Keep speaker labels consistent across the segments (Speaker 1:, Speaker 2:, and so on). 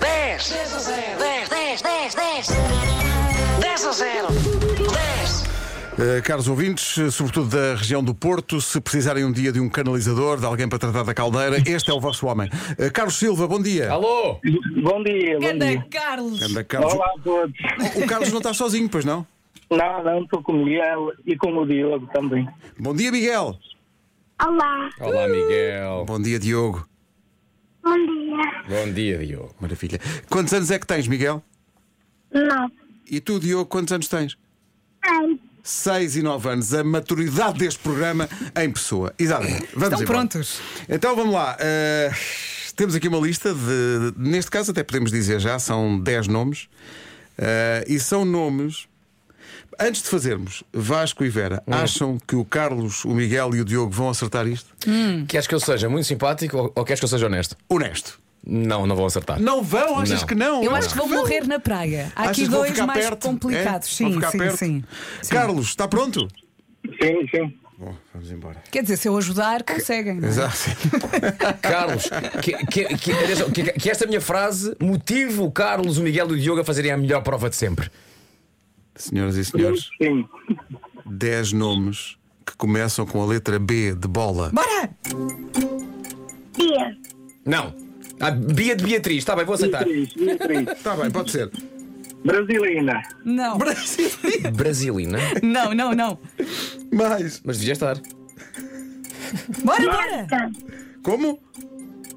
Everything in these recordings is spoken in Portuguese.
Speaker 1: 10. 10 a 0. 10, 10, 10, 10. 10 a 0. 10.
Speaker 2: Eh, Caros ouvintes, eh, sobretudo da região do Porto, se precisarem um dia de um canalizador, de alguém para tratar da caldeira, este é o vosso homem. Eh, Carlos Silva, bom dia.
Speaker 3: Alô?
Speaker 4: Bom dia, bom
Speaker 5: Ganda
Speaker 4: dia.
Speaker 5: Carlos!
Speaker 2: Anda, Carlos.
Speaker 4: Olá a todos.
Speaker 2: O Carlos não está sozinho, pois não?
Speaker 4: Não, não estou com o Miguel e com o Diogo também.
Speaker 2: Bom dia, Miguel.
Speaker 6: Olá,
Speaker 3: Olá, Miguel.
Speaker 2: Bom dia, Diogo.
Speaker 6: bom dia.
Speaker 3: Bom dia, Diogo.
Speaker 2: Maravilha. Quantos anos é que tens, Miguel?
Speaker 6: Não,
Speaker 2: E tu, Diogo, quantos anos tens?
Speaker 6: ai,
Speaker 2: 6 e 9 anos, a maturidade deste programa em pessoa. Exatamente. Vamos
Speaker 5: Estão
Speaker 2: embora.
Speaker 5: prontos?
Speaker 2: Então vamos lá. Eh, temos aqui uma lista de. Neste caso, até podemos dizer já, são 10 nomes. Eh, e são nomes. Antes de fazermos, Vasco e Vera, acham que o Carlos, o Miguel e o Diogo vão acertar isto?
Speaker 3: Hum. Queres que eu seja muito simpático ou, ou queres que eu seja honesto?
Speaker 2: Honesto.
Speaker 3: Não, não vou acertar.
Speaker 2: Não vão? Achas
Speaker 3: Não.
Speaker 2: que não?
Speaker 5: Eu acho que vou morrer na praia. Há
Speaker 2: Achas
Speaker 5: aqui
Speaker 2: que vão
Speaker 5: dois
Speaker 2: ficar
Speaker 5: mais
Speaker 2: perto?
Speaker 5: complicados.
Speaker 2: É? Vão
Speaker 5: Sim,
Speaker 2: ficar
Speaker 5: sim,
Speaker 2: perto?
Speaker 5: sim.
Speaker 2: Carlos, está pronto?
Speaker 4: Sim, sim.
Speaker 2: Bom, vamos embora.
Speaker 5: Quer dizer, se eu ajudar, conseguem. não é?
Speaker 2: Exato.
Speaker 3: Carlos, que, que- que- atenção, que- que esta minha frase motive o Carlos, o Miguel e o Diogo a fazerem a melhor prova de sempre.
Speaker 2: Senhoras e senhores,
Speaker 4: Sim.
Speaker 2: 10 nomes que começam com a letra B de bola.
Speaker 5: Bora!
Speaker 6: dia,
Speaker 3: Não. A Bia de Beatriz, está bem, vou aceitar.
Speaker 4: Beatriz, Beatriz.
Speaker 3: Tá
Speaker 2: Está bem, pode ser.
Speaker 4: Brasilina.
Speaker 5: Não,
Speaker 2: Brasil.
Speaker 3: Brasilina.
Speaker 5: não, não, não.
Speaker 2: Mais.
Speaker 3: Mas devia estar.
Speaker 5: Bora, bora!
Speaker 6: Bianca,
Speaker 2: Como?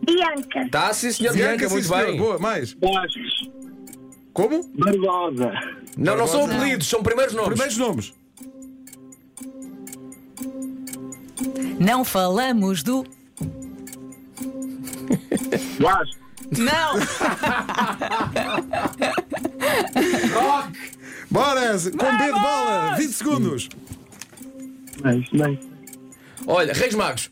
Speaker 6: Bianca,
Speaker 3: Tá, sim, senhor
Speaker 2: Bianca,
Speaker 3: Bianca,
Speaker 2: sim,
Speaker 3: muito
Speaker 2: senhor.
Speaker 3: bem.
Speaker 2: Boa, mais.
Speaker 4: Bastos.
Speaker 2: Como?
Speaker 4: Barbosa.
Speaker 3: Não, não são
Speaker 2: Barbosa.
Speaker 3: apelidos, são primeiros nomes.
Speaker 2: Primeiros nomes.
Speaker 5: Não falamos do.
Speaker 4: Vasco.
Speaker 5: Não!
Speaker 2: Bora, com B de bola. 20 segundos.
Speaker 4: Mas, mas.
Speaker 3: Olha, Reis Magos.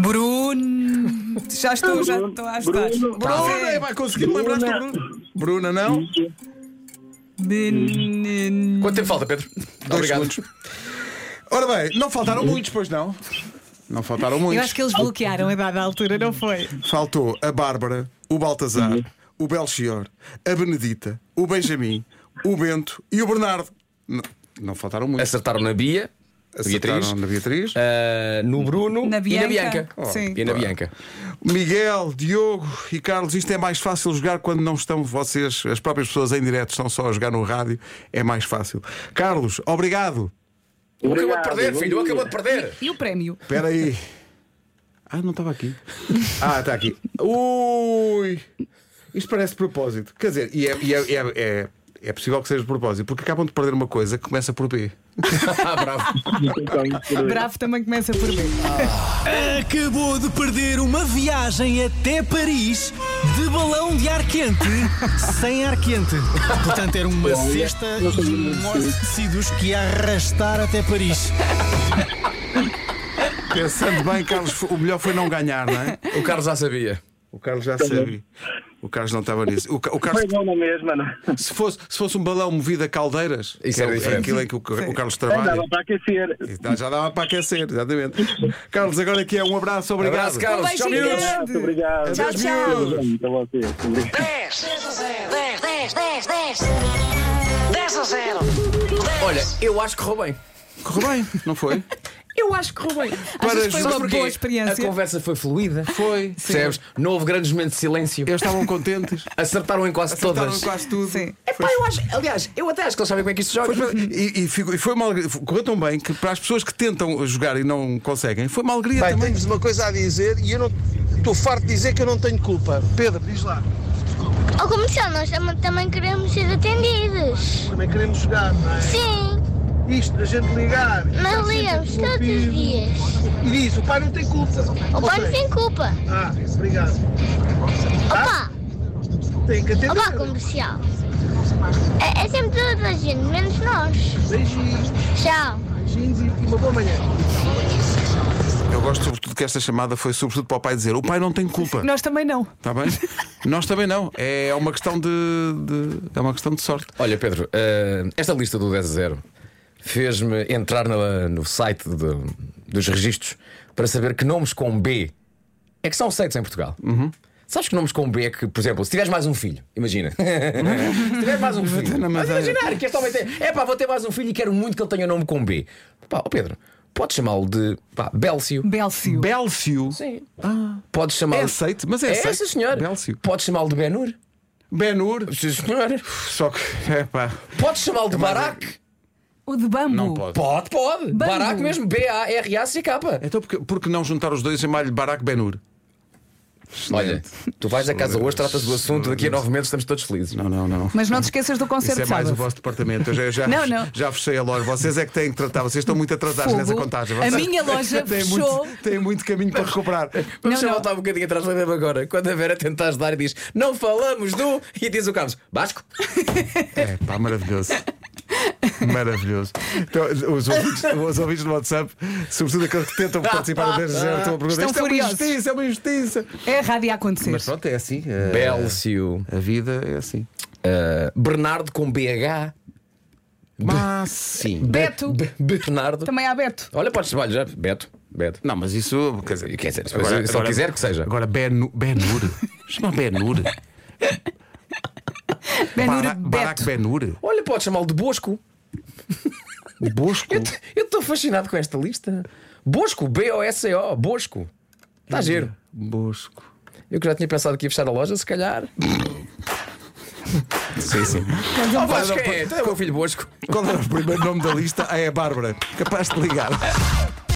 Speaker 5: Bruno! Já estou, já estou a ajudar.
Speaker 4: Bruno.
Speaker 3: Tá
Speaker 2: Bruna, vai conseguir lembrar do
Speaker 4: Bruna.
Speaker 2: Bruno. Bruna, não?
Speaker 5: Menino.
Speaker 3: Quanto tempo falta, Pedro?
Speaker 2: Dois
Speaker 3: Obrigado. Uhum.
Speaker 2: segundos. Ora bem, não faltaram muitos, pois não? Não faltaram
Speaker 5: Eu
Speaker 2: muitos.
Speaker 5: acho que eles bloquearam a dada altura, não foi?
Speaker 2: Faltou a Bárbara, o Baltazar,
Speaker 3: Uhum.
Speaker 2: o Belchior, a Benedita, o Benjamin, o Bento e o Bernardo. Não, não faltaram muitos.
Speaker 3: Acertaram na Bia, Beatriz,
Speaker 2: Acertaram Oh. na Beatriz.
Speaker 3: ah, no Bruno
Speaker 5: Na
Speaker 3: e na
Speaker 5: Bianca.
Speaker 3: Bianca.
Speaker 5: Sim.
Speaker 3: E na Bianca.
Speaker 2: Miguel, Diogo e Carlos, isto é mais fácil jogar quando não estão vocês, as próprias pessoas em direto, estão só a jogar no rádio, é mais fácil. Carlos, obrigado.
Speaker 3: Acabou de
Speaker 4: Obrigado,
Speaker 3: perder,
Speaker 4: bom
Speaker 3: filho,
Speaker 4: dia.
Speaker 3: acabou de perder.
Speaker 5: E o prémio?
Speaker 2: Espera aí. Ah, não estava aqui. Ah, está aqui. Ui! Isto parece de propósito. Quer dizer, e é, e é- é- é- é possível que seja de propósito, porque acabam de perder uma coisa que começa por B.
Speaker 3: Ah, bravo.
Speaker 4: Então,
Speaker 5: Bravo também começa por mim.
Speaker 7: Acabou de perder uma viagem até Paris de balão de ar quente sem ar quente. Portanto, era uma cesta e um monte de tecidos que ia arrastar até Paris.
Speaker 2: Pensando bem, Carlos, o melhor foi não ganhar, não é?
Speaker 3: O Carlos já sabia.
Speaker 2: O Carlos já sabia. O Carlos não estava nisso. O, Ca- o Carlos
Speaker 4: Foi bom na mesma, não?
Speaker 2: Se fosse, se fosse um balão movido a caldeiras,
Speaker 3: Isso
Speaker 2: que
Speaker 3: era
Speaker 2: é, o- é
Speaker 3: diferente.
Speaker 2: aquilo em que o, o Carlos trabalha,
Speaker 4: Andava para aquecer.
Speaker 2: Então já dava para aquecer, exatamente. Carlos, agora aqui é um abraço, obrigado.
Speaker 3: Abraço, Carlos.
Speaker 5: Um
Speaker 3: Tchau,
Speaker 5: beijinho
Speaker 3: miúdos.
Speaker 5: grande.
Speaker 4: Obrigado.
Speaker 5: Tchau, tchau.
Speaker 4: Para vocês. Obrigado.
Speaker 1: 10. 10 a 0. 10, 10, 10, 10. 10 a 0. 10.
Speaker 3: Olha, eu acho que roubou bem.
Speaker 2: Correu bem, não foi?
Speaker 5: Eu acho que roubei.
Speaker 2: Para
Speaker 5: Acho que foi
Speaker 2: Sabe
Speaker 5: uma
Speaker 3: Porquê?
Speaker 5: boa
Speaker 3: A
Speaker 5: experiência.
Speaker 3: conversa foi fluida.
Speaker 2: Foi.
Speaker 3: Percebes? Não houve grandes momentos de silêncio.
Speaker 2: Eles estavam contentes,
Speaker 3: Acertaram em quase
Speaker 2: acertaram
Speaker 3: todas.
Speaker 2: quase tudo.
Speaker 5: Sim.
Speaker 3: Epá, eu acho, aliás, eu até acho que eles sabem como é que isto se joga.
Speaker 2: Foi- foi- E, e ficou- e foi uma alegria. Correu tão bem que para as pessoas que tentam jogar e não conseguem, foi uma alegria
Speaker 8: Bem,
Speaker 2: também.
Speaker 8: tenho-vos uma coisa a dizer e eu não estou farto de dizer que eu não tenho culpa. Pedro, diz lá.
Speaker 6: Ao comercial, nós tam- também queremos ser atendidos.
Speaker 8: Também queremos jogar, não é?
Speaker 6: Sim,
Speaker 8: Isto da gente ligar.
Speaker 6: nós ligamos todos os dias.
Speaker 8: E diz, o pai não tem culpa.
Speaker 6: O pai não
Speaker 8: Ok.
Speaker 6: tem culpa.
Speaker 8: Ah, obrigado.
Speaker 6: Opa,
Speaker 8: Tem que atender.
Speaker 6: opa, comercial. É, é sempre toda a gente, menos nós.
Speaker 8: Beijinhos,
Speaker 6: Tchau.
Speaker 8: beijinhos e e uma boa manhã.
Speaker 2: Eu gosto sobretudo que esta chamada foi sobretudo para o pai dizer: o pai não tem culpa,
Speaker 5: Nós também não.
Speaker 2: está bem? Nós também não. É uma questão de, de- é uma questão de sorte.
Speaker 3: Olha, Pedro, eh, esta lista do 10 a 0 fez-me entrar na- no site do- dos registros para saber que nomes com B É que são aceitos em Portugal.
Speaker 2: Uhum.
Speaker 3: Sabes que nomes com B é que, por exemplo, se tiveres mais um filho, imagina. se tiveres mais um filho.
Speaker 2: na
Speaker 3: Mas
Speaker 2: madeira.
Speaker 3: imaginar que este homem tem. É pá, vou ter mais um filho e quero muito que ele tenha nome com B. Pá, ó Pedro, podes chamá-lo de pá, Bélcio.
Speaker 5: Bélcio.
Speaker 2: Bélcio.
Speaker 3: Sim. Podes chamá-lo.
Speaker 2: É aceito, mas é
Speaker 3: É,
Speaker 2: aceito.
Speaker 3: sim, senhor.
Speaker 2: Bélcio.
Speaker 3: Podes chamá-lo de Benur.
Speaker 2: Benur.
Speaker 3: Sim, senhor.
Speaker 2: Só que. É pá.
Speaker 3: Podes chamá-lo
Speaker 2: É
Speaker 3: de Barack.
Speaker 5: O de Bambo.
Speaker 2: Não pode.
Speaker 3: Pode, pode.
Speaker 5: Bambu.
Speaker 3: Barack mesmo. B-A-R-A-C-K.
Speaker 2: Então, porque, porque não juntar os dois e chamar-lhe Barack Benur?
Speaker 3: Olha, tu vais a casa hoje, tratas do assunto, daqui a nove meses estamos todos felizes.
Speaker 2: Não, não, não.
Speaker 5: Mas não te esqueças do
Speaker 2: Isso
Speaker 5: concerto
Speaker 2: é
Speaker 5: de
Speaker 2: mais o
Speaker 5: sábado.
Speaker 2: vosso departamento. Eu já, já,
Speaker 5: Não, não.
Speaker 2: já fechei a loja. Vocês é que têm que tratar. Vocês estão muito atrasados
Speaker 5: Fogo.
Speaker 2: nessa contagem.
Speaker 5: A
Speaker 2: Vocês
Speaker 5: minha loja
Speaker 2: têm
Speaker 5: fechou.
Speaker 2: Muito, têm muito caminho para recuperar.
Speaker 3: Vamos
Speaker 5: Não,
Speaker 3: só
Speaker 5: não.
Speaker 3: voltar um bocadinho atrás, lembra agora. Quando a Vera tenta ajudar e diz não falamos do. E diz o Carlos Basco.
Speaker 2: É pá, maravilhoso. Maravilhoso. Então, os, ouvintes, os ouvintes do WhatsApp, sobretudo aqueles que tentam participar da 10 estão a perguntar:
Speaker 5: Estão
Speaker 2: isto é uma
Speaker 5: furiosos."
Speaker 2: injustiça, é uma injustiça.
Speaker 5: É a rádio a acontecer.
Speaker 2: Mas pronto, é assim. eh,
Speaker 3: Bélcio.
Speaker 2: A vida é assim.
Speaker 3: Ah, Bernardo com BH.
Speaker 2: Mas sim.
Speaker 5: Beto.
Speaker 3: Be- Bernardo.
Speaker 5: Também há Beto.
Speaker 3: Olha, podes olha, já. Beto. Beto.
Speaker 2: Não, mas isso. Quer dizer,
Speaker 3: Quer dizer, se se ele quiser que seja.
Speaker 2: Agora, Benu- Benur. Chama Benur.
Speaker 5: Benur
Speaker 2: Bara- Barack
Speaker 5: Beto.
Speaker 2: Benur.
Speaker 3: Olha, podes chamá-lo de Bosco.
Speaker 2: Bosco.
Speaker 3: Eu t- eu estou fascinado com esta lista. Bosco, B-O-S-O, Bosco. Está giro.
Speaker 2: Bosco.
Speaker 3: Eu que já tinha pensado que ia fechar a loja, se calhar.
Speaker 2: Sim, sim.
Speaker 3: Oh, Vasco, é, tu é o meu filho Bosco.
Speaker 2: Qual era o primeiro nome da lista? Ah, é a Bárbara. Capaz de ligar.